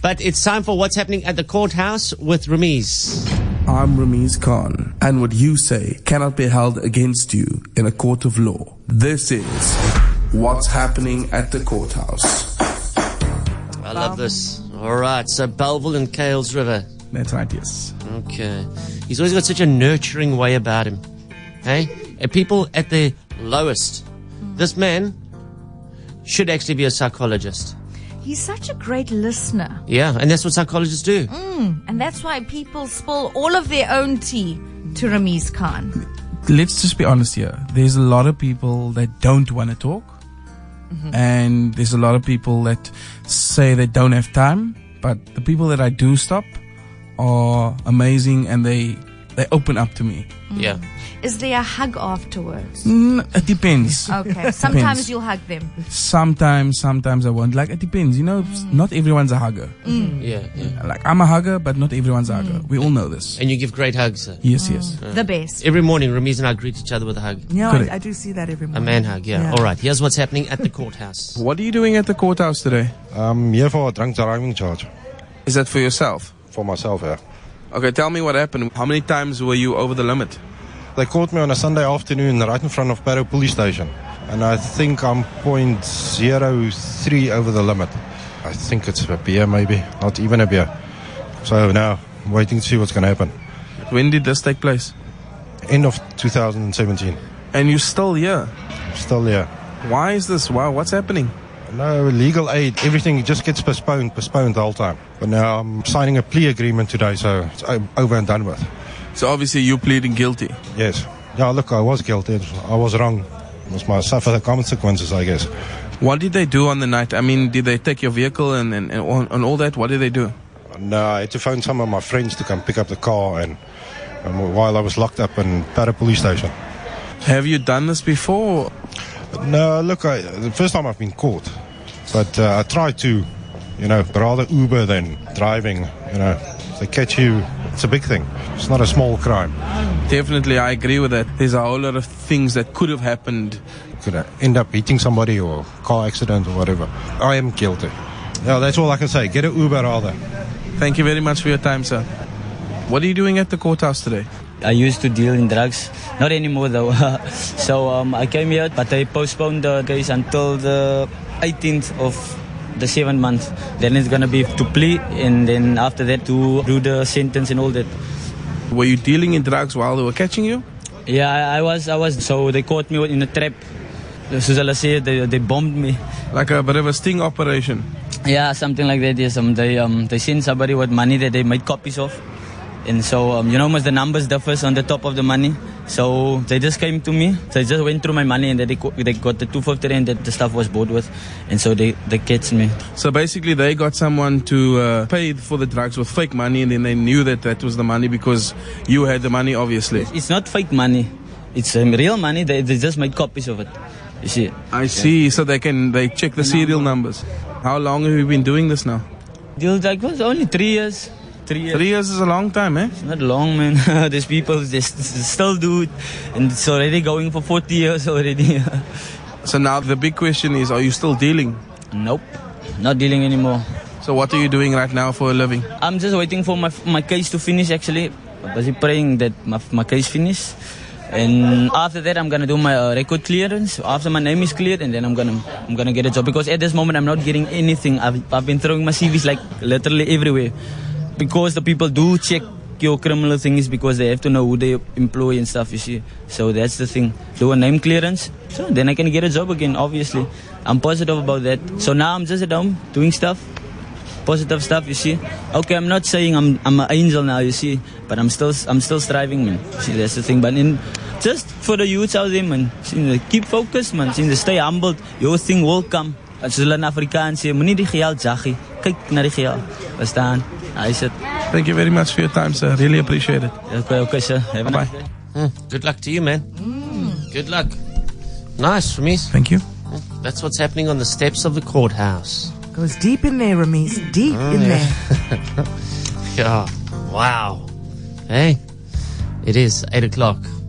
But it's time for what's happening at the courthouse with Ramiz. I'm Ramiz Khan, and what you say cannot be held against you in a court of law. This is what's happening at the courthouse. I love this. All right, so Belleville and Kales River. That's right, yes. Okay. He's always got such a nurturing way about him. Hey? And people at their lowest. This man should actually be a psychologist. He's such a great listener, Yeah, and that's what psychologists do. and that's why people spill all of their own tea to Ramiz Khan. let's just be honest here. There's a lot of people that don't want to talk, Mm-hmm. and there's a lot of people that say they don't have time. But the people that I do stop are amazing, and they they open up to me. Yeah. Is there a hug afterwards? Mm, it depends. Okay, sometimes you'll hug them. Sometimes, sometimes I won't. Like it depends. You know, not everyone's a hugger. Yeah. yeah. Like I'm a hugger, but not everyone's a hugger. We all know this. And you give great hugs. sir. Yes, yes. The best. Every morning, Ramiz and I greet each other with a hug. Yeah, Correct. I, I do see that every A morning. man hug, yeah. Yeah. All right, here's what's happening at the courthouse. What are you doing at the courthouse today? I'm Um, here for a drunk driving charge Is that for yourself? for myself. Yeah. Okay, tell me what happened. How many times were you over the limit? They caught me on a Sunday afternoon right in front of Barrow Police Station, and I think I'm point zero three over the limit. I think it's a beer, maybe not even a beer. So now waiting to see what's going to happen. When did this take place? End of 2017. And you're still here. Still here. Why is this? Wow, what's happening? No legal aid. Everything just gets postponed, postponed the whole time. But now I'm signing a plea agreement today, so it's o- over and done with. So obviously you're pleading guilty. Yes. Yeah. Look, I was guilty. I was wrong. Must must suffer the consequences, I guess. What did they do on the night? I mean, did they take your vehicle and and, and, all- and all that? What did they do? No, uh, I had to phone some of my friends to come pick up the car, and, and while I was locked up in Para Police Station. Have you done this before? No, look, I, the first time I've been caught, but uh, I try to, you know, rather Uber than driving. You know, if they catch you, it's a big thing. It's not a small crime. Definitely, I agree with that. There's a whole lot of things that could have happened. You could uh, end up hitting somebody or car accident or whatever. I am guilty. No, that's all I can say. Get an Uber rather. Thank you very much for your time, sir. What are you doing at the courthouse today? I used to deal in drugs, not anymore though. so um, I came here, but they postponed the case until the 18th of the seventh month. Then it's gonna be to plea, and then after that to do the sentence and all that. Were you dealing in drugs while they were catching you? Yeah, I, I was, I was. So they caught me in a trap. Suzala said they, they bombed me. Like a bit of a sting operation. Yeah, something like that. Yes, um, they um, they send somebody with money that they made copies of, and so um, you know, almost the numbers differs on the top of the money. So they just came to me. They just went through my money and then they co- they got the two fifty and that the stuff was bought with, and so they they catch me. So basically, they got someone to uh, pay for the drugs with fake money, and then they knew that that was the money because you had the money, obviously. It's not fake money, it's um, real money. They they just made copies of it. You see, I see. So they can they check the serial numbers. How long have you been doing this now? it was like it was only three years. Three years. Three years is a long time, eh? Not long, man. These people just still do it, and it's already going for forty years already. So now the big question is, are you still dealing? nope, not dealing anymore. So what are you doing right now for a living? I'm just waiting for my my case to finish. Actually, I'm busy praying that my my case finish, and after that I'm gonna do my uh, record clearance. After my name is cleared, and then I'm gonna I'm gonna get a job because at this moment I'm not getting anything. I've I've been throwing my CVs like literally everywhere, because the people do check your criminal thing is because they have to know who they employ and stuff. You see, so that's the thing. Do a name clearance, so then I can get a job again. Obviously, I'm positive about that. So now I'm just at home doing stuff positive stuff you see okay i'm not saying i'm i'm an angel now you see but i'm still i'm still striving man see that's the thing but in just for the youths out there man see, like, keep focused man see, stay humbled your thing will come as hulle in Afrikaans sê moenie die geld jaggie kyk na die geld verstaan hy sê Thank you very much for your time, sir. Really appreciate it. okay okay sir have a Bye. nice day. Hmm. Good luck to you, man. Good luck. Nice, Ramiz. Thank you. That's what's happening on the steps of the courthouse. Goes deep in there, Ramiz. Deep in there. Yeah. Wow. Hey, it is 8 o'clock.